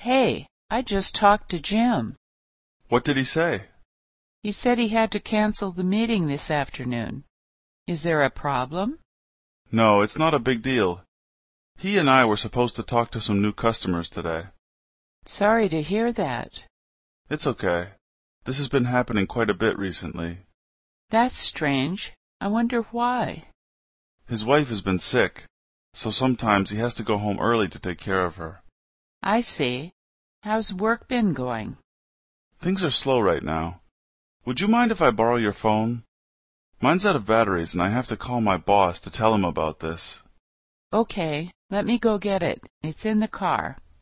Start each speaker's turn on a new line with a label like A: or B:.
A: Hey, I just talked to Jim.
B: What did he say?
A: He said he had to cancel the meeting this afternoon. Is there a problem?
B: No, it's not a big deal. He and I were supposed to talk to some new customers today.
A: Sorry to hear that.
B: It's okay. This has been happening quite a bit recently.
A: That's strange. I wonder why.
B: His wife has been sick, so sometimes he has to go home early to take care of her.
A: I see. How's work been going?
B: Things are slow right now. Would you mind if I borrow your phone? Mine's out of batteries and I have to call my boss to tell him about this.
A: Okay, let me go get it. It's in the car.